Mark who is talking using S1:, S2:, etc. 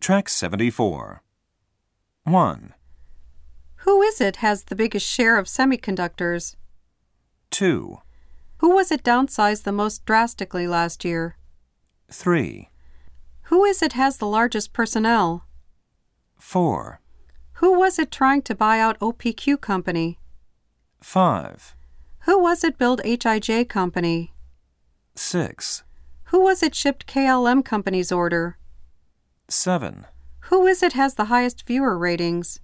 S1: Track 74. 1,
S2: Who is it has the biggest share of semiconductors?
S1: 2,
S2: Who was it downsized the most drastically last year?
S1: 3,
S2: Who is it has the largest personnel?
S1: 4,
S2: Who was it trying to buy out OPQ company?
S1: 5,
S2: Who was it build HIJ company?
S1: 6,
S2: Who was it shipped KLM company's order?
S1: 7,
S2: Who is it has the highest viewer ratings?